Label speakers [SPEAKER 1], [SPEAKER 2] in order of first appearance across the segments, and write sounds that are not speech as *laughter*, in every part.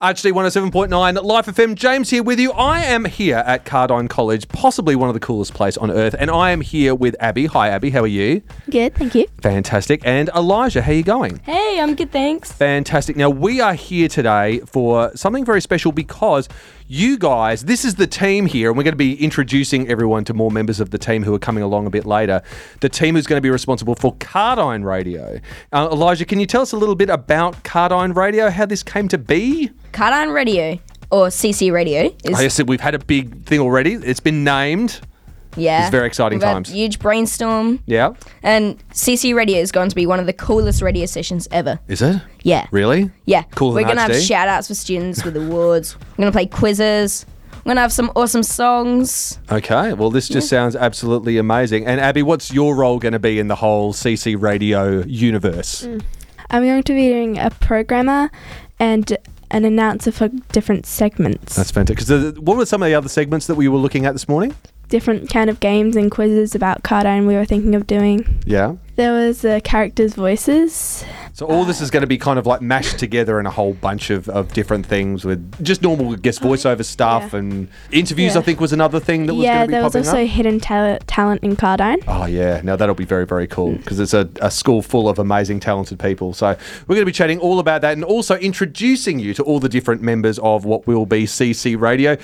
[SPEAKER 1] HD 107.9 Life FM. James here with you. I am here at Cardine College, possibly one of the coolest places on earth, and I am here with Abby. Hi, Abby. How are you?
[SPEAKER 2] Good, thank you.
[SPEAKER 1] Fantastic. And Elijah, how are you going?
[SPEAKER 3] Hey, I'm good, thanks.
[SPEAKER 1] Fantastic. Now, we are here today for something very special because you guys, this is the team here, and we're going to be introducing everyone to more members of the team who are coming along a bit later. The team who's going to be responsible for Cardine Radio. Uh, Elijah, can you tell us a little bit about Cardine Radio, how this came to be?
[SPEAKER 2] Cardine Radio or CC Radio is
[SPEAKER 1] I guess we've had a big thing already. It's been named.
[SPEAKER 2] yeah,
[SPEAKER 1] it's very exciting
[SPEAKER 2] We've had
[SPEAKER 1] times.
[SPEAKER 2] Huge brainstorm.
[SPEAKER 1] Yeah.
[SPEAKER 2] And CC Radio is going to be one of the coolest radio stations ever.
[SPEAKER 1] Is it?
[SPEAKER 2] Yeah.
[SPEAKER 1] Really?
[SPEAKER 2] Yeah.
[SPEAKER 1] Cooler
[SPEAKER 2] We're
[SPEAKER 1] than
[SPEAKER 2] gonna have
[SPEAKER 1] HD?
[SPEAKER 2] shout outs for students with awards. We're gonna play quizzes. We're gonna have some awesome songs.
[SPEAKER 1] Okay. Well, this just sounds absolutely amazing. And Abby, what's your role going to be in the whole CC radio universe?
[SPEAKER 4] Mm. I'm going to be doing a programmer and an announcer for different segments,
[SPEAKER 1] That's fantastic. 'Cause the- what were some of the other segments that we were looking at this morning?
[SPEAKER 4] different kind of games and quizzes about Cardine we were thinking of doing.
[SPEAKER 1] Yeah.
[SPEAKER 4] There was the characters' voices.
[SPEAKER 1] So all this is going to be kind of like mashed together in a whole bunch of, of different things with just normal, I guess, voiceover stuff
[SPEAKER 4] Yeah.
[SPEAKER 1] and interviews. I
[SPEAKER 4] Yeah.
[SPEAKER 1] think was another thing that was
[SPEAKER 4] yeah,
[SPEAKER 1] going to be
[SPEAKER 4] there was
[SPEAKER 1] popping
[SPEAKER 4] also
[SPEAKER 1] up.
[SPEAKER 4] hidden tal- talent in Cardine.
[SPEAKER 1] Oh yeah, now that'll be very very cool because it's a, a school full of amazing talented people. So we're going to be chatting all about that and also introducing you to all the different members of what will be CC Radio.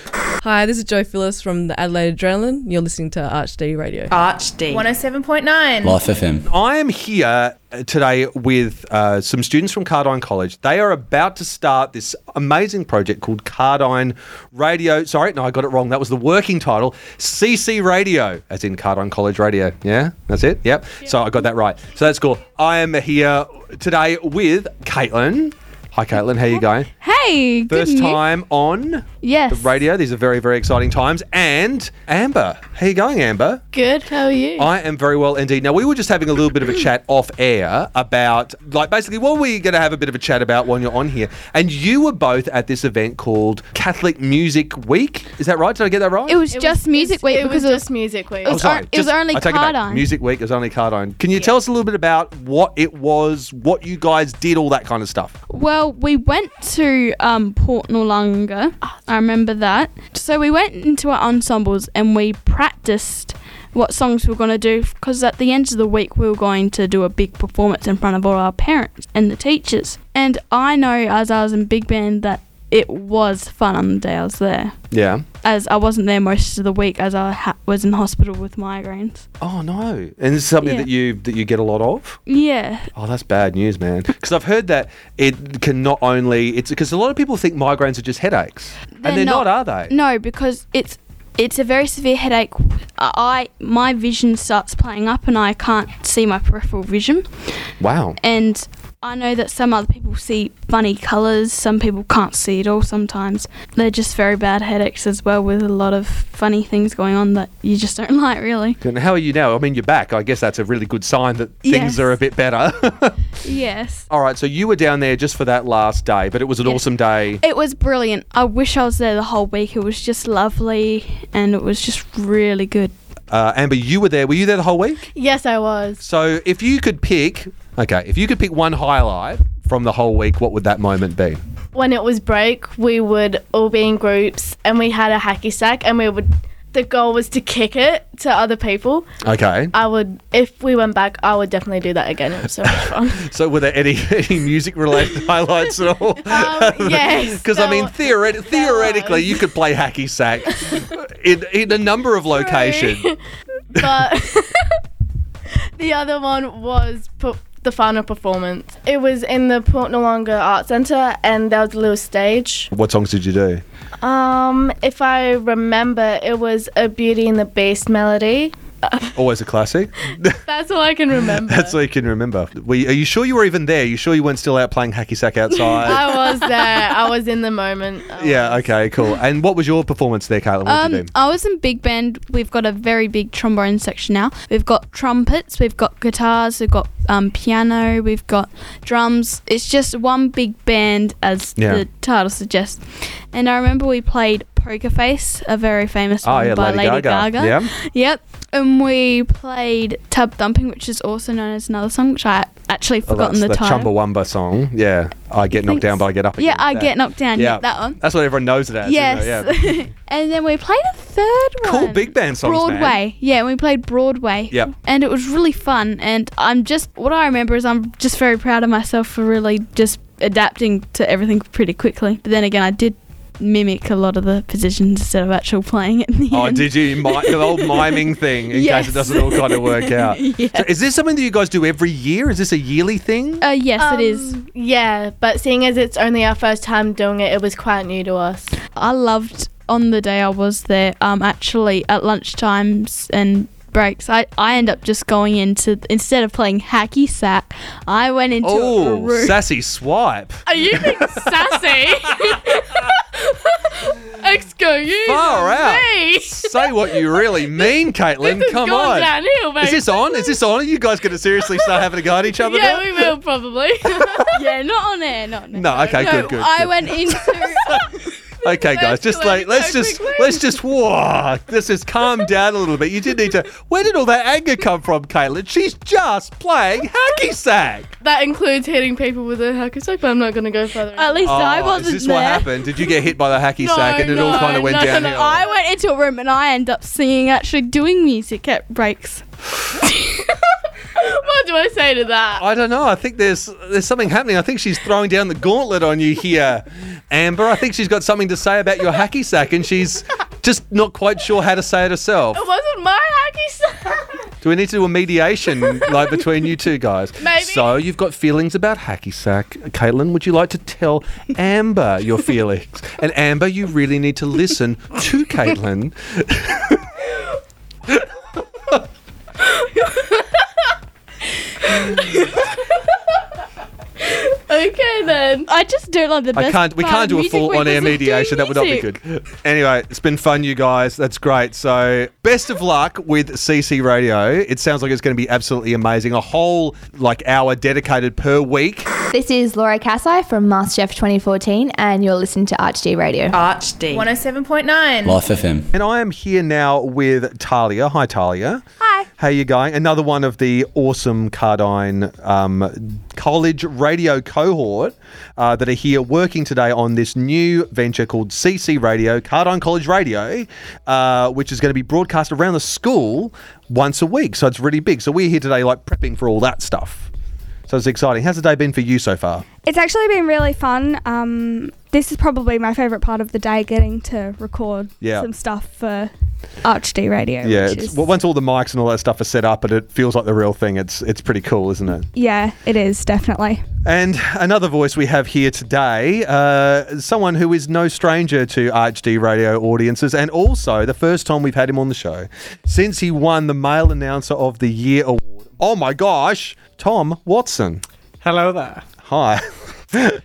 [SPEAKER 5] Hi, this is Joe Phyllis from the Adelaide Adrenaline. You're listening to ArchD Radio.
[SPEAKER 3] Archd.
[SPEAKER 6] 107.9.
[SPEAKER 7] Life FM.
[SPEAKER 1] I am here uh, today with uh, some students from Cardine College. They are about to start this amazing project called Cardine Radio. Sorry, no, I got it wrong. That was the working title CC Radio, as in Cardine College Radio. Yeah, that's it. Yep. So I got that right. So that's cool. I am here today with Caitlin. Hi, Caitlin. How you going?
[SPEAKER 4] Hey,
[SPEAKER 1] First time on
[SPEAKER 4] Yes.
[SPEAKER 1] the radio. These are very, very exciting times. And Amber. How you going, Amber?
[SPEAKER 6] Good. How are you?
[SPEAKER 1] I am very well indeed. Now, we were just having a little bit of a chat off air about, like, basically what we're going to have a bit of a chat about when you're on here. And you were both at this event called Catholic Music Week. Is that right? Did I get that right?
[SPEAKER 8] It was just Music Week
[SPEAKER 6] It was
[SPEAKER 8] because
[SPEAKER 6] just music week.
[SPEAKER 8] it
[SPEAKER 1] Oh,
[SPEAKER 8] was on-
[SPEAKER 1] sorry,
[SPEAKER 8] it was only
[SPEAKER 1] I take it back.
[SPEAKER 8] Cardine.
[SPEAKER 1] Music Week is only Cardine. Can you tell us a little bit about what it was, what you guys did, all that kind of stuff?
[SPEAKER 8] of, well, we went to um, Port Noarlunga. I remember that. So we went into our ensembles and we practiced what songs we were going to do because at the end of the week we were going to do a big performance in front of all our parents and the teachers. And I know as I was in big band that it was fun on the day I was there.
[SPEAKER 1] Yeah.
[SPEAKER 8] As I wasn't there most of the week, as I ha- was in hospital with migraines.
[SPEAKER 1] Oh no! And it's something
[SPEAKER 8] Yeah.
[SPEAKER 1] that you that you get a lot of.
[SPEAKER 8] Yeah,
[SPEAKER 1] Oh, that's bad news, man. Because I've heard that it can not only it's because a lot of people think migraines are just headaches, and they're not, are they?
[SPEAKER 8] No, because it's it's a very severe headache. I my vision starts playing up and I can't see my peripheral vision.
[SPEAKER 1] Wow.
[SPEAKER 8] And I know that some other people see funny colours. Some people can't see at all. Sometimes they're just very bad headaches as well, with a lot of funny things going on that you just don't *laughs* like really.
[SPEAKER 1] And how are you now? I mean, you're back. I guess that's a really good sign that
[SPEAKER 8] Yes.
[SPEAKER 1] things are a bit better. *laughs*
[SPEAKER 8] Yes.
[SPEAKER 1] All right, so you were down there just for that last day, but it was an awesome day.
[SPEAKER 8] It was brilliant. I wish I was there the whole week. It was just lovely and it was just really good.
[SPEAKER 1] Uh, Amber, you were there. Were you there the whole week?
[SPEAKER 6] yes, I was.
[SPEAKER 1] So if you could pick, okay, if you could pick one highlight from the whole week, what would that moment be?
[SPEAKER 6] When it was break, we would all be in groups and we had a hacky sack and we would. The goal was to kick it to other people.
[SPEAKER 1] Okay.
[SPEAKER 6] I would, if we went back, I would definitely do that again. It was so
[SPEAKER 1] *laughs*
[SPEAKER 6] much fun.
[SPEAKER 1] So were there any, *laughs* any music related highlights at all?
[SPEAKER 6] um,
[SPEAKER 1] *laughs*
[SPEAKER 6] yes.
[SPEAKER 1] Because I
[SPEAKER 6] there
[SPEAKER 1] mean,
[SPEAKER 6] wa-
[SPEAKER 1] theoret- theoretically, you could play hacky sack in, in a number of locations. *laughs*
[SPEAKER 6] but *laughs* the other one was pu- the final performance. It was in the Port Noarlunga Art Centre, and there was a little stage.
[SPEAKER 1] What songs did you do?
[SPEAKER 6] Um, if I remember, it was a Beauty and the Beast melody.
[SPEAKER 1] Always a classic.
[SPEAKER 6] That's all I can remember.
[SPEAKER 1] That's all you can remember. Were you- are you sure you were even there? You sure you weren't still out playing hacky
[SPEAKER 8] *laughs*
[SPEAKER 1] sack outside?
[SPEAKER 6] *laughs* I was there. I was in the moment.
[SPEAKER 1] *laughs*
[SPEAKER 6] I
[SPEAKER 1] yeah.
[SPEAKER 6] was.
[SPEAKER 1] Okay. Cool. And what was your performance there, Caitlin? What did Oh, you
[SPEAKER 8] Um,
[SPEAKER 1] do?
[SPEAKER 8] I was in big band. We've got a very big trombone section now. We've got trumpets, we've got guitars, we've got um, piano, we've got drums. It's just one big band, as
[SPEAKER 1] Yeah.
[SPEAKER 8] the title suggests. And I remember we played Poker Face, a very famous
[SPEAKER 1] Oh
[SPEAKER 8] one
[SPEAKER 1] yeah,
[SPEAKER 8] by Lady, Gaga.
[SPEAKER 1] Yeah.
[SPEAKER 8] Yep. and we played Tub Thumping, which is also known as another song, which I actually
[SPEAKER 1] Oh,
[SPEAKER 8] forgotten
[SPEAKER 1] that's
[SPEAKER 8] the title.
[SPEAKER 1] Chumbawamba song. Yeah, I get knocked down, but I get up.
[SPEAKER 8] yeah,
[SPEAKER 1] again.
[SPEAKER 8] I
[SPEAKER 1] That-
[SPEAKER 8] get knocked down. Yeah,
[SPEAKER 1] Yeah.
[SPEAKER 8] that one.
[SPEAKER 1] That's what everyone knows it as. isn't it?
[SPEAKER 8] yes. *laughs* and then we played a third
[SPEAKER 1] Yeah.
[SPEAKER 8] one.
[SPEAKER 1] Cool big band songs. man.
[SPEAKER 8] Broadway. Yeah, we played Broadway.
[SPEAKER 1] Yep.
[SPEAKER 8] And it was really fun. And I'm just, what I remember is I'm just very proud of myself for really just adapting to everything pretty quickly. But then again, I did mimic a lot of the positions instead of actual playing it in the
[SPEAKER 1] Oh,
[SPEAKER 8] end.
[SPEAKER 1] did you? Mi-
[SPEAKER 8] *laughs*
[SPEAKER 1] the old miming thing in case
[SPEAKER 8] Yes.
[SPEAKER 1] it doesn't all kind of
[SPEAKER 8] *laughs*
[SPEAKER 1] work out.
[SPEAKER 8] Yes.
[SPEAKER 1] So is this something that you guys do every year? Is this a yearly thing?
[SPEAKER 8] Uh, yes, it is.
[SPEAKER 6] Um, Yeah, but seeing as it's only our first time doing it, it was quite new to us.
[SPEAKER 8] I loved on the day I was there, um, actually at lunchtimes and breaks, I, I end up just going into, instead of playing hacky sack, I went into a
[SPEAKER 1] oh,
[SPEAKER 8] *laughs* room.
[SPEAKER 1] sassy swipe.
[SPEAKER 8] Are you being sassy? Excuse
[SPEAKER 1] Far out.
[SPEAKER 8] me.
[SPEAKER 1] Say what you
[SPEAKER 8] *laughs*
[SPEAKER 1] really mean, Caitlin.
[SPEAKER 8] This has
[SPEAKER 1] Come
[SPEAKER 8] gone
[SPEAKER 1] on.
[SPEAKER 8] downhill, babe.
[SPEAKER 1] Is this on? Is this on? Are you guys going to seriously start having a go at each other
[SPEAKER 8] *laughs* Yeah,
[SPEAKER 1] now?
[SPEAKER 8] we will probably. *laughs* yeah, not on air, not on air.
[SPEAKER 1] No, okay, good, good,
[SPEAKER 8] I
[SPEAKER 1] good.
[SPEAKER 8] went into. *laughs*
[SPEAKER 1] Okay, guys, just
[SPEAKER 8] Let
[SPEAKER 1] like
[SPEAKER 8] it
[SPEAKER 1] let's
[SPEAKER 8] go
[SPEAKER 1] just
[SPEAKER 8] quickly.
[SPEAKER 1] let's just whoa, let's just calm down a little bit. You did need to. Where did all that anger come from, Caitlin? She's just playing hacky sack.
[SPEAKER 6] That includes hitting people with a hacky sack, but I'm not going to go further.
[SPEAKER 8] At least I
[SPEAKER 1] Oh,
[SPEAKER 8] wasn't
[SPEAKER 1] Is this
[SPEAKER 8] there.
[SPEAKER 1] what happened? Did you get hit by the hacky sack and it all
[SPEAKER 8] no,
[SPEAKER 1] kind of went
[SPEAKER 8] no, no,
[SPEAKER 1] downhill?
[SPEAKER 8] no. I went into a room and I end up singing, actually doing music at breaks. *laughs*
[SPEAKER 6] what do I say to that?
[SPEAKER 1] I don't know. I think there's there's something happening. I think she's throwing down the gauntlet on you here, Amber. I think she's got something to say about your hacky sack, and she's just not quite sure how to say it herself.
[SPEAKER 6] It wasn't my hacky sack.
[SPEAKER 1] Do we need to do a mediation like between you two guys?
[SPEAKER 6] Maybe.
[SPEAKER 1] So you've got feelings about hacky sack, Caitlin. Would you like to tell Amber your feelings? and Amber, you really need to listen to Caitlin.
[SPEAKER 6] okay then.
[SPEAKER 8] I just don't like the best.
[SPEAKER 1] I can't. We
[SPEAKER 8] part
[SPEAKER 1] can't
[SPEAKER 8] of
[SPEAKER 1] do a
[SPEAKER 8] music
[SPEAKER 1] full
[SPEAKER 8] was
[SPEAKER 1] on-air
[SPEAKER 8] just doing
[SPEAKER 1] mediation. That would not be
[SPEAKER 8] music.
[SPEAKER 1] good. Anyway, it's been fun, you guys. That's great. So, best of luck with CC Radio. It sounds like it's going to be absolutely amazing. A whole like hour dedicated per week.
[SPEAKER 3] This is Laura Cassi from MasterChef 2014, and you're listening to RTD Radio.
[SPEAKER 2] Uh,
[SPEAKER 7] Archd.
[SPEAKER 9] 107.9.
[SPEAKER 10] Life FM.
[SPEAKER 1] And I am here now with Talia. Hi, Talia. Hi. How you going? Another one of the awesome Cardine um, College radio cohort uh, that are here working today on this new venture called CC Radio, Cardine College Radio, uh, which is going to be broadcast around the school once a week. So it's really big. So we're here today, like prepping for all that stuff. So it's exciting. How's the day been for you so far?
[SPEAKER 4] It's actually been really fun. Um, this is probably my favourite part of the day, getting to record
[SPEAKER 1] Yeah.
[SPEAKER 4] some stuff for ArchD Radio.
[SPEAKER 1] Yeah,
[SPEAKER 4] which
[SPEAKER 1] it's,
[SPEAKER 4] is-
[SPEAKER 1] well, once all the mics and all that stuff are set up, and it feels like the real thing. It's it's pretty cool, isn't it?
[SPEAKER 4] yeah, it is definitely.
[SPEAKER 1] And another voice we have here today, uh, someone who is no stranger to RHD radio audiences, and also the first time we've had him on the show since he won the Male Announcer of the Year award. Oh my gosh, Tom Watson.
[SPEAKER 11] Hello there.
[SPEAKER 1] Hi. *laughs*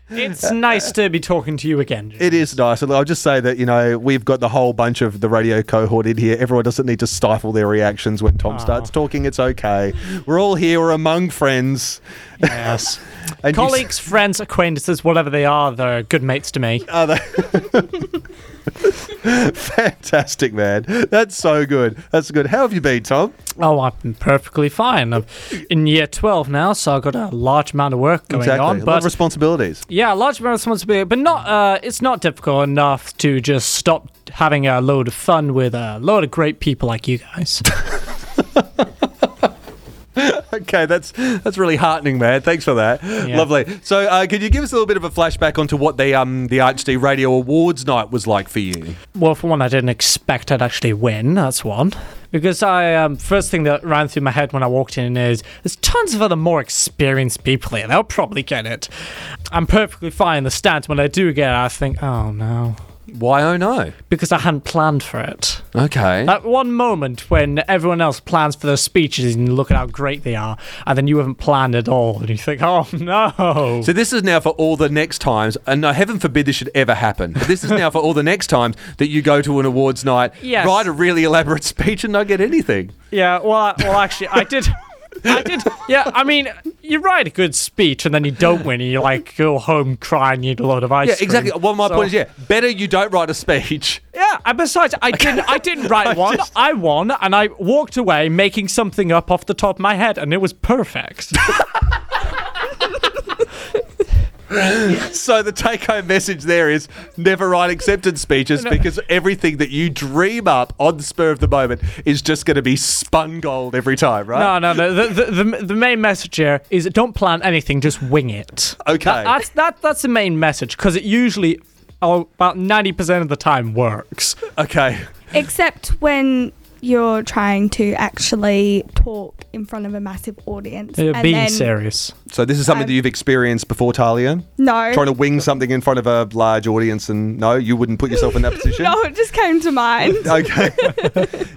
[SPEAKER 11] It's nice to be talking to you again. Jim.
[SPEAKER 1] It is nice. I'll just say that, you know, we've got the whole bunch of the radio cohort in here. Everyone doesn't need to stifle their reactions when Tom
[SPEAKER 11] Aw.
[SPEAKER 1] starts talking. It's okay. We're all here. We're among friends. *laughs*
[SPEAKER 11] Yes.
[SPEAKER 1] And you-
[SPEAKER 11] Colleagues, friends, acquaintances, whatever they are, they're good mates to me.
[SPEAKER 1] Are they? Fantastic, man. That's so good. That's good. How have you been, Tom?
[SPEAKER 11] Oh, I've been perfectly fine. I'm in year 12 now, so I've got a large amount of work going
[SPEAKER 1] exactly.
[SPEAKER 11] on.
[SPEAKER 1] a lot of
[SPEAKER 11] But *laughs*
[SPEAKER 1] responsibilities.
[SPEAKER 11] yeah, a large amount of responsibility, but not. Uh, it's not difficult enough to just stop having a load of fun with a load of great people like
[SPEAKER 1] *laughs*
[SPEAKER 11] you guys.
[SPEAKER 1] Okay, that's that's really heartening, man. Thanks for that. Lovely. So, uh, could you give us a little bit of a flashback onto what the um the RHD Radio Awards night was like for you?
[SPEAKER 11] Well, for one, I didn't expect I'd actually win. That's one. Because I um, first thing that ran through my head when I walked in is there's tons of other more experienced people here. They'll probably get it. I'm perfectly fine in the stands. When I do get it, I think, oh no.
[SPEAKER 1] Why oh no?
[SPEAKER 11] Because I hadn't planned for it.
[SPEAKER 1] Okay.
[SPEAKER 11] That one moment when everyone else plans for their speeches and you look at how great they are, and then you haven't planned at all, and you think, oh no.
[SPEAKER 1] So this is now for all the next times, and no, heaven forbid this should ever happen. But this is now for all the next times that you go to an awards night,
[SPEAKER 11] Yes.
[SPEAKER 1] write a really elaborate *laughs* speech, and not get anything.
[SPEAKER 11] Yeah, well, I, well, actually, I did. I did. Yeah, I mean, you write a good speech and then you don't win, and you like go home crying, you eat a load of ice.
[SPEAKER 1] Yeah, exactly.
[SPEAKER 11] cream.
[SPEAKER 1] Well, my
[SPEAKER 11] So-
[SPEAKER 1] point is, yeah, better you don't write a speech. *laughs*
[SPEAKER 11] Yeah, Yeah, and besides, I didn't. I didn't write one. I won, and I walked away making something up off the top of my head, and it was
[SPEAKER 7] *laughs*
[SPEAKER 11] perfect.
[SPEAKER 1] So the take-home message there is never write acceptance speeches because everything that you dream up on the spur of the moment is just going to be spun gold every time, right?
[SPEAKER 11] no, no, no. The, the, the, the main message here is don't plan anything, just wing it.
[SPEAKER 1] Okay.
[SPEAKER 11] That- that's that. That's the main message because it usually, oh, about ninety percent of the time works.
[SPEAKER 1] Okay.
[SPEAKER 7] Except when you're trying to actually talk in front of a massive audience.
[SPEAKER 11] You're
[SPEAKER 7] and
[SPEAKER 11] being
[SPEAKER 7] then-
[SPEAKER 11] serious.
[SPEAKER 1] So this is something that you've experienced before, Talia.
[SPEAKER 7] No.
[SPEAKER 1] Trying to wing something in front of a large audience, and no, you wouldn't put yourself in
[SPEAKER 7] *laughs*
[SPEAKER 1] that position.
[SPEAKER 7] No, it just came to mind.
[SPEAKER 1] Okay.
[SPEAKER 7] *laughs*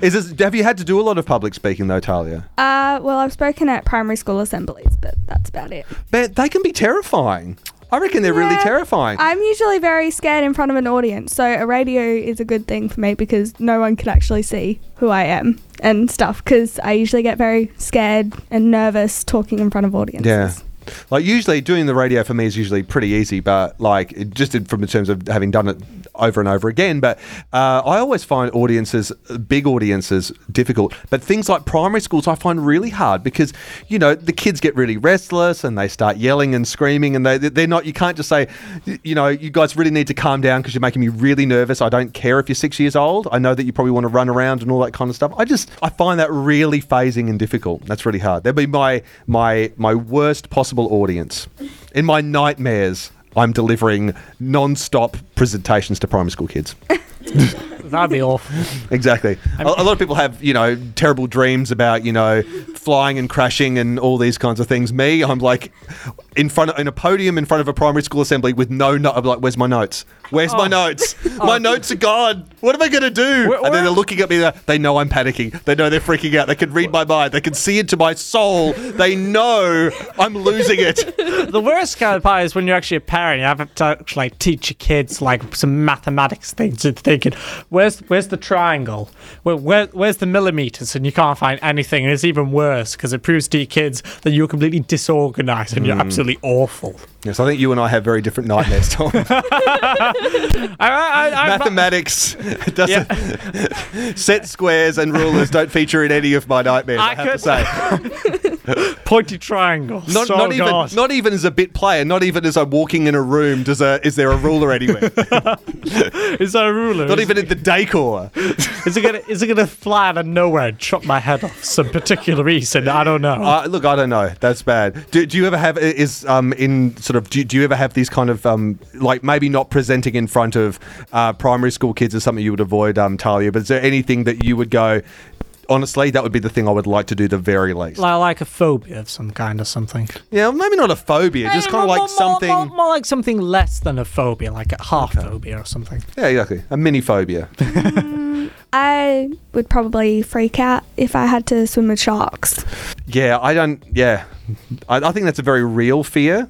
[SPEAKER 1] is this? Have you had to do a lot of public speaking though, Talia?
[SPEAKER 7] Uh, well, I've spoken at primary school assemblies, but that's about it.
[SPEAKER 1] But they can be terrifying. I reckon they're really
[SPEAKER 7] Yeah.
[SPEAKER 1] terrifying.
[SPEAKER 7] I'm usually very scared in front of an audience, so a radio is a good thing for me because no one can actually see who I am and stuff. Because I usually get very scared and nervous talking in front of audiences.
[SPEAKER 1] Yeah. Like usually doing the radio for me is usually pretty easy, but like it just in- from the terms of having done it over and over again. But uh, I always find audiences, big audiences, difficult. But things like primary schools, I find really hard because you know the kids get really restless and they start yelling and screaming, and they they're not. You can't just say, you know, you guys really need to calm down because you're making me really nervous. I don't care if you're six years old. I know that you probably want to run around and all that kind of stuff. I just I find that really phasing and difficult. That's really hard. That'd be my my my worst possible audience. In my nightmares, I'm delivering non-stop presentations to primary school kids.
[SPEAKER 11] That'd be awful.
[SPEAKER 1] Exactly. A, a lot of people have, you know, terrible dreams about, you know, flying and crashing and all these kinds of things. Me, I'm like in front of, in a podium in front of a primary school assembly with no note. I'm like, where's my notes? Where's my
[SPEAKER 11] *laughs*
[SPEAKER 1] notes? My notes are gone. What am I going to do?
[SPEAKER 11] Oh. Where-
[SPEAKER 1] and then
[SPEAKER 11] where-
[SPEAKER 1] they're looking at me. they're- They know I'm panicking. They know they're freaking out. They can read my mind. They can see into my soul. They know I'm losing it.
[SPEAKER 11] *laughs* the worst kind of part is when you're actually a parent, you have to actually like, teach your kids like some mathematics things. You're thinking, where's where's the triangle? Where, where where's the millimeters? And you can't find anything. And it's even worse because it proves to your kids that you're completely disorganized and you're absolutely awful.
[SPEAKER 1] Yes, I think you and I have very different nightmares, Tom.
[SPEAKER 11] I, I, I,
[SPEAKER 1] *laughs*
[SPEAKER 11] I, *laughs*
[SPEAKER 1] Mathematics doesn't *laughs*
[SPEAKER 11] yeah,
[SPEAKER 1] Set squares and rulers don't feature in any of my nightmares. I,
[SPEAKER 11] I
[SPEAKER 1] have to
[SPEAKER 11] could- *laughs*
[SPEAKER 1] say,
[SPEAKER 11] pointy triangle.
[SPEAKER 1] not,
[SPEAKER 11] so
[SPEAKER 1] not even
[SPEAKER 11] God.
[SPEAKER 1] not even as a bit player, not even as I'm walking in a room. Does a is there a ruler anywhere?
[SPEAKER 11] *laughs* is that a ruler?
[SPEAKER 1] not
[SPEAKER 11] Is-
[SPEAKER 1] even in the decor.
[SPEAKER 11] Is it gonna is it gonna fly out of nowhere and chop my head off some particular reason? I don't know.
[SPEAKER 1] Uh, look, I don't know. That's bad. Do, do you ever have is um in sort of do, do you ever have these kind of um like maybe not presenting in front of uh, primary school kids is something you would avoid, um Talia? But is there anything that you would go? Honestly, that would be the thing I would like to do the very least.
[SPEAKER 11] like, like a phobia of some kind or something.
[SPEAKER 1] yeah, maybe not a phobia, just
[SPEAKER 11] Yeah,
[SPEAKER 1] kind of
[SPEAKER 11] more-
[SPEAKER 1] like
[SPEAKER 11] more-
[SPEAKER 1] something.
[SPEAKER 11] More, more like something less than a phobia, like a half phobia or something.
[SPEAKER 1] Yeah, exactly. A mini phobia.
[SPEAKER 7] I would probably freak out if I had to swim with sharks.
[SPEAKER 1] Yeah, I don't. Yeah, I, I think that's a very real fear.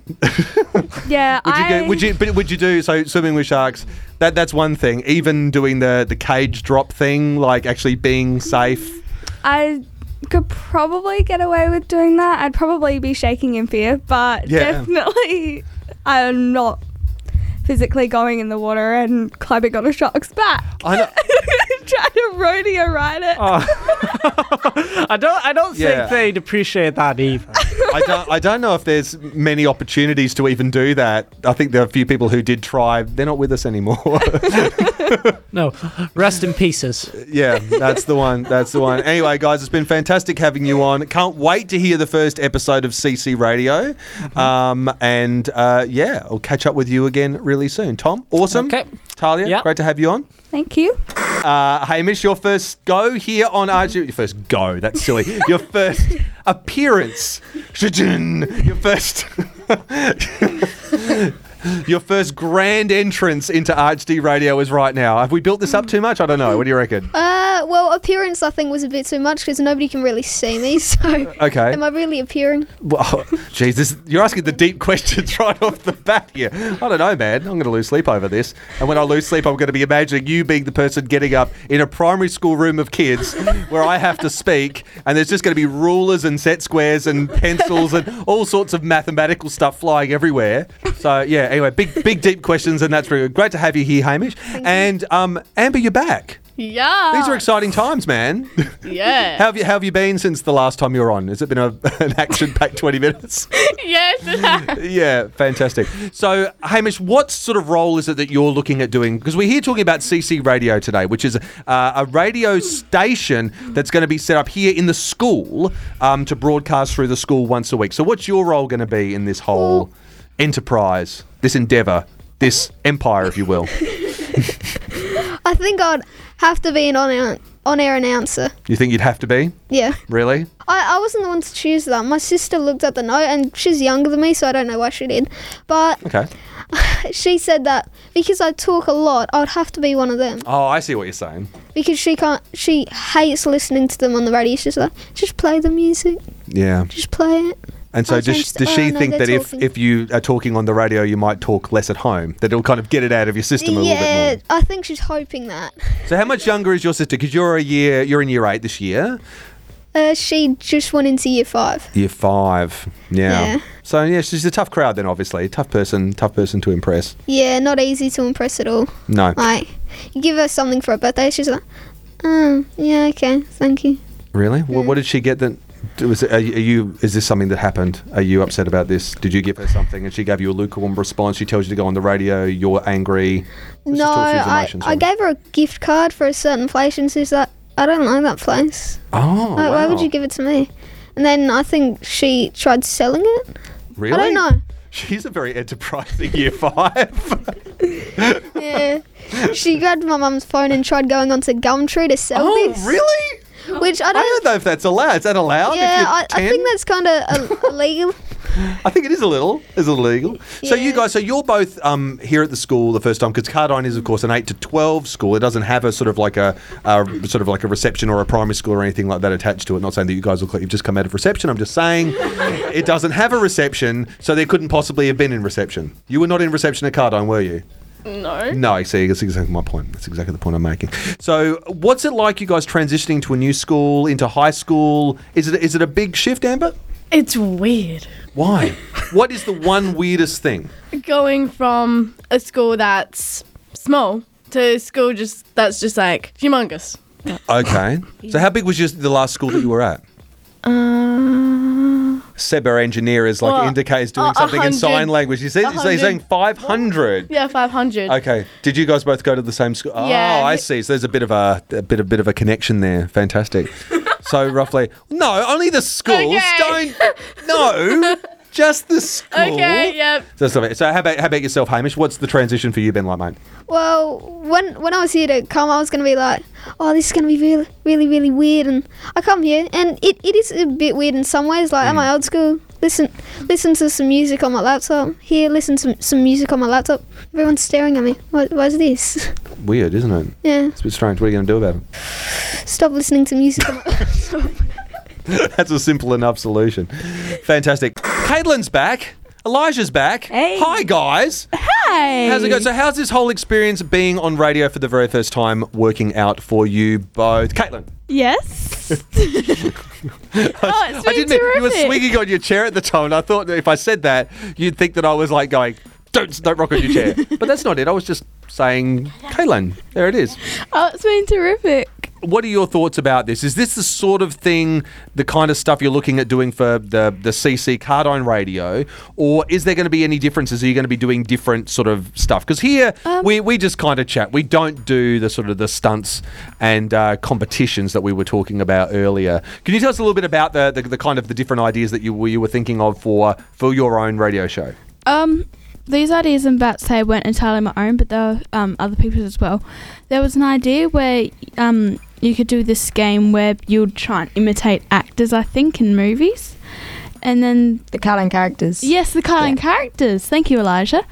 [SPEAKER 7] Yeah,
[SPEAKER 1] Would you?
[SPEAKER 7] I
[SPEAKER 1] Go, would you? But would you do so? Swimming with sharks. That that's one thing. Even doing the the cage drop thing, like actually being safe.
[SPEAKER 7] I could probably get away with doing that. I'd probably be shaking in fear, but
[SPEAKER 1] Yeah.
[SPEAKER 7] definitely *laughs* I'm not physically going in the water and climbing on a shark's back. *laughs*
[SPEAKER 1] I know, Oh.
[SPEAKER 7] Try to rodeo ride it.
[SPEAKER 11] I don't. I don't
[SPEAKER 1] Yeah.
[SPEAKER 11] think they'd appreciate that
[SPEAKER 1] *laughs*
[SPEAKER 11] either.
[SPEAKER 1] I don't. I don't know if there's many opportunities to even do that. I think there are a few people who did try. They're not with us anymore. *laughs*
[SPEAKER 11] no, rest in pieces.
[SPEAKER 1] yeah, that's the one. That's the one. Anyway, guys, it's been fantastic having you on. Can't wait to hear the first episode of CC Radio.
[SPEAKER 11] Mm-hmm.
[SPEAKER 1] Um, and uh, yeah, I'll catch up with you again really soon. Tom, awesome.
[SPEAKER 11] Okay.
[SPEAKER 1] Talia,
[SPEAKER 11] Yeah.
[SPEAKER 1] great to have you on.
[SPEAKER 7] Thank you.
[SPEAKER 1] Uh, Hamish, your first go here on RG. Your first go, that's silly. Your first
[SPEAKER 11] *laughs*
[SPEAKER 1] appearance. Shajun. Your first. *laughs* Your first grand entrance into RHD Radio is right now. Have we built this up too much? I don't know. What do you reckon?
[SPEAKER 9] Uh, well, appearance I think was a bit too much because nobody can really see me. *laughs* So,
[SPEAKER 1] Okay.
[SPEAKER 9] am I really appearing?
[SPEAKER 1] Well, *laughs* jeez, this- you're asking the deep *laughs* questions right off the bat here. I don't know, man. I'm going to lose sleep over this. And when I lose sleep, I'm going to be imagining you being the person getting up in a primary school room of kids where I have to speak, and there's just going to be rulers and set squares and pencils and all sorts of mathematical stuff flying everywhere. So, yeah, anyway, big, big, deep questions, and that's really good. great to have you here, Hamish. and um, Amber, you're back.
[SPEAKER 6] Yeah.
[SPEAKER 1] These are exciting times, man. *laughs*
[SPEAKER 6] Yeah.
[SPEAKER 1] how, have you, how have you been since the last time you were on? Has it been a, *laughs* an action-packed 20 minutes?
[SPEAKER 6] *laughs* yes.
[SPEAKER 1] *laughs* yeah, fantastic. So, Hamish, what sort of role is it that you're looking at doing? Because we're here talking about CC Radio today, which is uh, a radio station that's going to be set up here in the school um, to broadcast through the school once a week. So, what's your role going to be in this whole enterprise, this endeavor, this empire, if you will?
[SPEAKER 9] I think I'd have to be an on-air, on-air announcer.
[SPEAKER 1] you think you'd have to be?
[SPEAKER 9] Yeah.
[SPEAKER 1] Really?
[SPEAKER 9] I, I wasn't the one to choose that. My sister looked at the note and she's younger than me, so I don't know why she did. But
[SPEAKER 1] Okay.
[SPEAKER 9] she said that because I talk a lot, I would have to be one of them.
[SPEAKER 1] Oh, I see what you're saying.
[SPEAKER 9] Because she can't, she hates listening to them on the radio. She's like, just play the music,
[SPEAKER 1] Yeah.
[SPEAKER 9] just play it.
[SPEAKER 1] And so,
[SPEAKER 9] I'll
[SPEAKER 1] does,
[SPEAKER 9] change the-
[SPEAKER 1] does
[SPEAKER 9] oh,
[SPEAKER 1] she
[SPEAKER 9] no,
[SPEAKER 1] think
[SPEAKER 9] they're
[SPEAKER 1] that if,
[SPEAKER 9] talking.
[SPEAKER 1] if you are talking on the radio, you might talk less at home? That it'll kind of get it out of your system a little bit more.
[SPEAKER 9] yeah, I think she's hoping that.
[SPEAKER 1] So how much younger is your sister? Because you're a year, you're in year eight this year.
[SPEAKER 9] Uh, she just went into year five.
[SPEAKER 1] Year five. Yeah.
[SPEAKER 9] Yeah.
[SPEAKER 1] So yeah, she's a tough crowd then, obviously. Tough person, tough person to impress.
[SPEAKER 9] Yeah, not easy to impress at all.
[SPEAKER 1] No.
[SPEAKER 9] Like, you give her something for her birthday, she's like, oh, yeah, okay, thank you.
[SPEAKER 1] Really?
[SPEAKER 9] mm.
[SPEAKER 1] Well, what did she get that? Was it, are you- are you? Is this something that happened? Are you upset about this? Did you give her something and she gave you a lukewarm response? She tells you to go on the radio. You're angry. Let's
[SPEAKER 9] no,
[SPEAKER 1] just talk through his
[SPEAKER 9] I,
[SPEAKER 1] emotions,
[SPEAKER 9] I
[SPEAKER 1] sorry.
[SPEAKER 9] gave her a gift card for a certain place, and she's like, I don't like that place.
[SPEAKER 1] Oh,
[SPEAKER 9] like, why would
[SPEAKER 1] wow.
[SPEAKER 9] you give it to me? And then I think she tried selling it.
[SPEAKER 1] Really?
[SPEAKER 9] I don't know.
[SPEAKER 1] She's a very enterprising year five.
[SPEAKER 9] Yeah. she grabbed my mum's phone and tried going onto Gumtree to sell
[SPEAKER 1] *laughs* Oh,
[SPEAKER 9] this.
[SPEAKER 1] really?
[SPEAKER 9] Which I
[SPEAKER 1] I
[SPEAKER 9] don't.
[SPEAKER 1] don't know if that's allowed. Is that allowed? if
[SPEAKER 9] yeah,
[SPEAKER 1] you're
[SPEAKER 9] I, I
[SPEAKER 1] 10?
[SPEAKER 9] think that's kind
[SPEAKER 1] *laughs*
[SPEAKER 9] of illegal.
[SPEAKER 1] I think it is a little. It's a little illegal. So you guys, so you're both um, here at the school the first time because Cardine is, of course, an eight to twelve school. It doesn't have a sort of like a, a sort of like a reception or a primary school or anything like that attached to it. Not saying that you guys look like you've just come out of reception. I'm just saying it doesn't have a reception, so they couldn't possibly have been in reception. You were not in reception at Cardine, were you?
[SPEAKER 6] No.
[SPEAKER 1] No, I see, that's exactly my point. That's exactly the point I'm making. So, what's it like, you guys, transitioning to a new school, into high school? Is it is it a big shift, Amber?
[SPEAKER 6] It's weird.
[SPEAKER 1] Why? what is the one weirdest thing?
[SPEAKER 6] Going from a school that's small to a school just that's just like humongous.
[SPEAKER 1] Okay. So, how big was your, the last school that you were at?
[SPEAKER 6] Uh,
[SPEAKER 1] Seb, our engineer, is like
[SPEAKER 6] Well,
[SPEAKER 1] indicates
[SPEAKER 6] uh,
[SPEAKER 1] doing
[SPEAKER 6] a
[SPEAKER 1] something in
[SPEAKER 6] hundred-
[SPEAKER 1] sign language. He says,
[SPEAKER 6] a
[SPEAKER 1] he's saying
[SPEAKER 6] hundred.
[SPEAKER 1] 500.
[SPEAKER 6] yeah, 500.
[SPEAKER 1] Okay. Did you guys both go to the same school? Oh,
[SPEAKER 6] Yeah.
[SPEAKER 1] I see. So there's a bit of a, a bit a bit of a connection there. Fantastic.
[SPEAKER 6] *laughs*
[SPEAKER 1] so roughly, no, only the schools.
[SPEAKER 6] Okay.
[SPEAKER 1] Don't no, just the school.
[SPEAKER 6] Okay, yep.
[SPEAKER 1] So, stop it. so how about how about yourself, Hamish? What's the transition for you been like, mate?
[SPEAKER 9] Well, when when I was here to come, I was gonna be like, oh, this is gonna be really, really, really weird. And I come here, and it, it is a bit weird in some ways. Like at
[SPEAKER 1] Mm.
[SPEAKER 9] my old school, listen listen to some music on my laptop. Here, listen to some music on my laptop. Everyone's staring at me. What what is this? *laughs*
[SPEAKER 1] Weird, isn't it?
[SPEAKER 9] Yeah.
[SPEAKER 1] It's a bit strange. What are you going to do about it?
[SPEAKER 9] Stop listening to music. On my
[SPEAKER 1] *laughs* That's a simple enough solution. Fantastic. Caitlin's back. Elijah's back. Hey. Hi, guys.
[SPEAKER 8] Hey.
[SPEAKER 1] How's it going? So, how's this whole experience being on radio for the very first time working out for you both? Caitlin.
[SPEAKER 4] Yes.
[SPEAKER 1] *laughs* Oh,
[SPEAKER 4] it's
[SPEAKER 1] I
[SPEAKER 4] been
[SPEAKER 1] didn't mean- You were
[SPEAKER 4] terrific.
[SPEAKER 1] swinging on your chair at the time, and I thought that if I said that, you'd think that I was like going, don't, don't rock on your chair.
[SPEAKER 4] *laughs*
[SPEAKER 1] but that's not it. I was just saying, Caitlin, there it is.
[SPEAKER 4] Oh, it's been terrific.
[SPEAKER 1] What are your thoughts about this? Is this the sort of thing, the kind of stuff you're looking at doing for the, the CC Cardine radio? Or is there going to be any differences? Are you going to be doing different sort of stuff? Because here, we, we just kind of chat. We don't do the sort of the stunts and uh, competitions that we were talking about earlier. Can you tell us a little bit about the, the, the kind of the different ideas that you, you were thinking of for, for your own radio show?
[SPEAKER 8] Um, these ideas I'm about to say weren't entirely my own, but they were um, other people's as well. There was an idea where um, you could do this game where you'd try and imitate actors, I think, in movies. And then.
[SPEAKER 2] The cartoon characters.
[SPEAKER 8] Yes, the cartoon characters. Thank you, Elijah.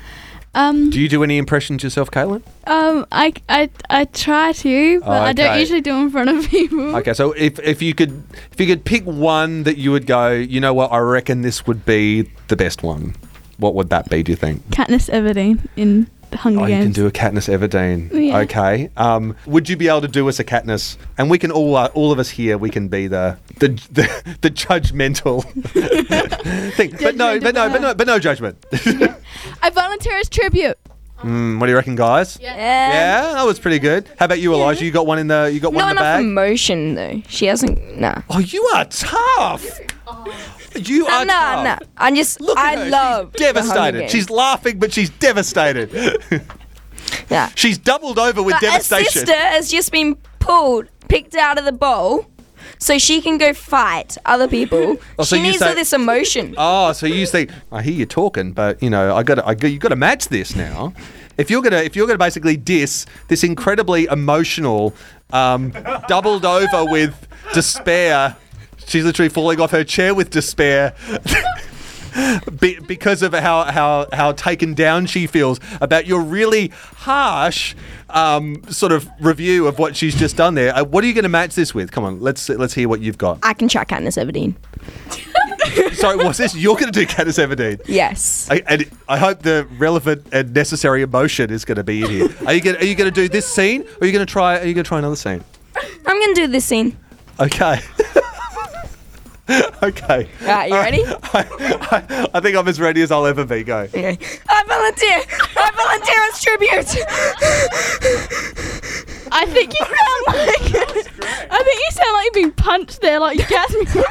[SPEAKER 8] Um,
[SPEAKER 1] Do you do any impressions yourself, Caitlin?
[SPEAKER 8] um, I, I, I try to, but I don't
[SPEAKER 1] Oh, Okay.
[SPEAKER 8] usually do it in front of *laughs* people.
[SPEAKER 1] Okay, so if, if you could if you could pick one that you would go, you know what, I reckon this would be the best one. What would that be? Do you think?
[SPEAKER 8] Katniss Everdeen in Hunger
[SPEAKER 1] Oh, you
[SPEAKER 8] Games.
[SPEAKER 1] can do a Katniss Everdeen.
[SPEAKER 8] Yeah.
[SPEAKER 1] Oh, Okay. Um, would you be able to do us a Katniss? And we can all, uh, all of us here, we can be the the the, the judgmental *laughs* thing. but no, but no, but no, but no judgment. *laughs*
[SPEAKER 8] I volunteer as tribute.
[SPEAKER 1] Mm, what do you reckon, guys? Yeah. that was pretty good. How about you, Elijah? You got one in the you got one
[SPEAKER 2] Not
[SPEAKER 1] in the
[SPEAKER 2] enough
[SPEAKER 1] bag.
[SPEAKER 2] emotion though. She hasn't. Nah.
[SPEAKER 1] Oh, you are tough. You
[SPEAKER 2] Nah,
[SPEAKER 1] are
[SPEAKER 2] nah,
[SPEAKER 1] tough.
[SPEAKER 2] nah. Oh. I'm just.
[SPEAKER 1] Look
[SPEAKER 2] I
[SPEAKER 1] at her. She's
[SPEAKER 2] love. the Hunger
[SPEAKER 1] devastated.
[SPEAKER 2] Games.
[SPEAKER 1] She's laughing, but she's devastated.
[SPEAKER 2] Yeah.
[SPEAKER 1] She's doubled over with
[SPEAKER 2] But Her
[SPEAKER 1] *laughs* devastation.
[SPEAKER 2] sister has just been pulled, picked out of the bowl, so she can go fight other people.
[SPEAKER 1] *laughs* Oh, so
[SPEAKER 2] she
[SPEAKER 1] you
[SPEAKER 2] needs
[SPEAKER 1] say-
[SPEAKER 2] all
[SPEAKER 1] *laughs*
[SPEAKER 2] this emotion.
[SPEAKER 1] Oh, so you think I hear you talking, but you know, I got I you got to match this now. If you're gonna if you're gonna basically diss this incredibly emotional, um, doubled over with despair, she's literally falling off her chair with despair. *laughs* Be, because of how, how how taken down she feels about your really harsh um, sort of review of what she's just done there. Uh, what are you going to match this with? Come on, let's let's hear what you've
[SPEAKER 2] *laughs*
[SPEAKER 1] got.
[SPEAKER 2] I can try Katniss Everdeen.
[SPEAKER 1] Sorry, what's this? You're going to do Candice Everdeen.
[SPEAKER 2] Yes.
[SPEAKER 1] I, and I hope the relevant and necessary emotion is going to be in here. Are you going? Are you going to do this scene? Or are you going to try? Are you going to try another scene?
[SPEAKER 2] I'm gonna do this scene.
[SPEAKER 1] Okay. *laughs* okay.
[SPEAKER 2] Right, you
[SPEAKER 1] All *laughs*
[SPEAKER 2] ready?
[SPEAKER 1] I, I- I think I'm as ready as I'll ever be. Go.
[SPEAKER 2] Okay. I volunteer. I volunteer as tribute.
[SPEAKER 8] I think you sound like I think you sound like you're being punched there,
[SPEAKER 1] *laughs*
[SPEAKER 8] like you gassed me.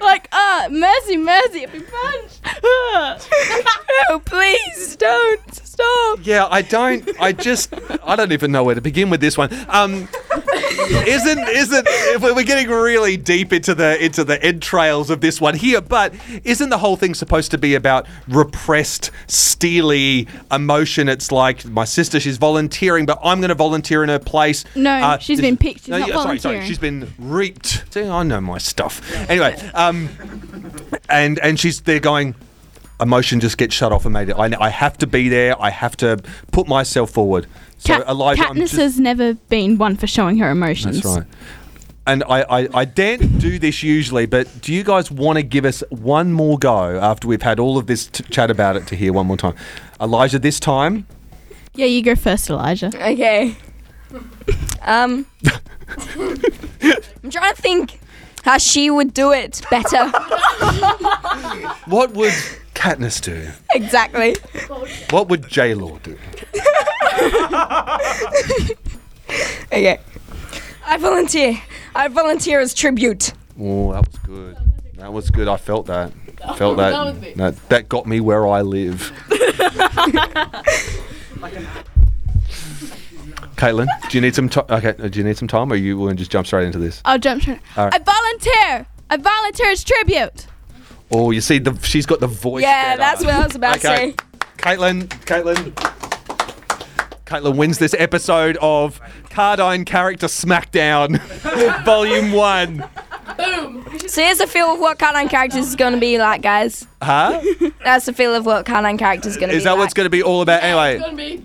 [SPEAKER 8] like, uh, mercy, mercy, I've been punched.
[SPEAKER 2] oh, please don't stop.
[SPEAKER 1] Yeah, I don't. I just. I don't even know where to begin with this one. Um, isn't isn't if we're we're getting really deep into the into the entrails of this one here? But isn't the whole thing supposed to be about repressed, steely emotion? It's like my sister, she's volunteering, but I'm going to volunteer in her place. Uh,
[SPEAKER 8] No,
[SPEAKER 1] she's
[SPEAKER 8] she's been picked, she's not
[SPEAKER 1] sorry, sorry,
[SPEAKER 8] volunteering.
[SPEAKER 1] she's been reaped. See, I know my stuff. Anyway, um, and and she's they're going emotion just gets shut off and made it I, I have to be there i have to put myself forward so
[SPEAKER 8] Kat-
[SPEAKER 1] elijah I'm
[SPEAKER 8] Katniss
[SPEAKER 1] just-
[SPEAKER 8] has never been one for showing her emotions.
[SPEAKER 1] that's right and I, I, I don't do this usually, but do you guys want to give us one more go after we've had all of this t- chat about it to hear one more time? Elijah, this time,
[SPEAKER 8] Yeah, you go first, Elijah.
[SPEAKER 2] *laughs* Okay.
[SPEAKER 1] *laughs*
[SPEAKER 2] Um, I'm trying to think how she would do it
[SPEAKER 1] *laughs*
[SPEAKER 2] better.
[SPEAKER 1] what would Katniss do?
[SPEAKER 2] exactly.
[SPEAKER 1] What would J Law do?
[SPEAKER 2] Okay. I volunteer. I volunteer as tribute.
[SPEAKER 1] Oh, that was good. That was good. I felt
[SPEAKER 2] *laughs*
[SPEAKER 1] that. Felt that. That, that got me where I live. Caitlin, do you need some time? Okay, do you need some time, or you want to just jump straight into this?
[SPEAKER 2] Uh,
[SPEAKER 8] I'll jump. Tra-
[SPEAKER 1] All
[SPEAKER 8] I
[SPEAKER 1] right.
[SPEAKER 8] volunteer. I volunteer as tribute.
[SPEAKER 1] Oh, you see, the, she's got the voice.
[SPEAKER 2] Yeah,
[SPEAKER 1] better.
[SPEAKER 2] that's what I was about to
[SPEAKER 1] Okay.
[SPEAKER 2] say.
[SPEAKER 1] Caitlin, Caitlin. Caitlin wins this episode of Cardine Character Smackdown, *laughs* Volume 1.
[SPEAKER 2] So here's the feel of what Canine characters is going to be like, guys.
[SPEAKER 1] Huh?
[SPEAKER 2] That's the feel of what Canine characters is going to be
[SPEAKER 1] Is that
[SPEAKER 2] like.
[SPEAKER 1] what's going to be all about? Anyway.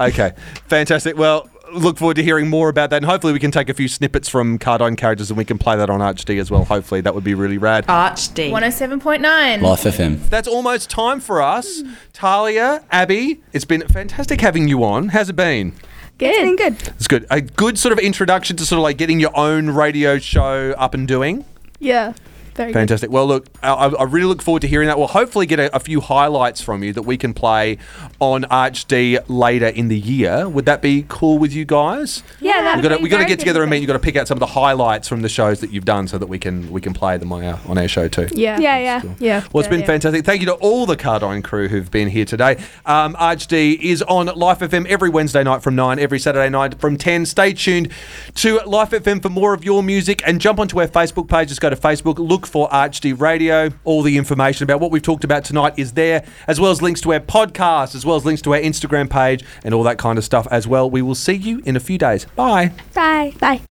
[SPEAKER 1] Okay, fantastic. Well, look forward to hearing more about that, and hopefully we can take a few snippets from Cardine characters and we can play that on ArchD as well. Hopefully that would be really rad.
[SPEAKER 10] Archd.
[SPEAKER 6] 107.9.
[SPEAKER 10] Life FM.
[SPEAKER 1] That's almost time for us. Talia, Abby, it's been fantastic having you on. How's it been?
[SPEAKER 7] Good. It's been good.
[SPEAKER 1] It's good. A good sort of introduction to sort of like getting your own radio show up and doing.
[SPEAKER 4] Yeah. Very good.
[SPEAKER 1] Fantastic. Well, look, I, I I really look forward to hearing that. We'll hopefully get a, a few highlights from you that we can play on ArchD later in the year. Would that be cool with you guys?
[SPEAKER 7] Yeah, that'd
[SPEAKER 1] we got to
[SPEAKER 7] be
[SPEAKER 1] we got to
[SPEAKER 7] very
[SPEAKER 1] get together and meet. You got to pick out some of the highlights from the shows that you've done so that we can we can play them on our on our show too.
[SPEAKER 4] Yeah. Yeah, yeah. Yeah.
[SPEAKER 1] Well, it's been fantastic. Thank you to all the Cardine crew who've been here today. Um, RHD is on Life FM every Wednesday night from 9, every Saturday night from 10. Stay tuned to Life FM for more of your music and jump onto our Facebook page. Just go to Facebook, look for RHD Radio. All the information about what we've talked about tonight is there, as well as links to our podcast, as well as links to our Instagram page and all that kind of stuff as well. We will see you in a few days. Bye.
[SPEAKER 7] Bye. Bye.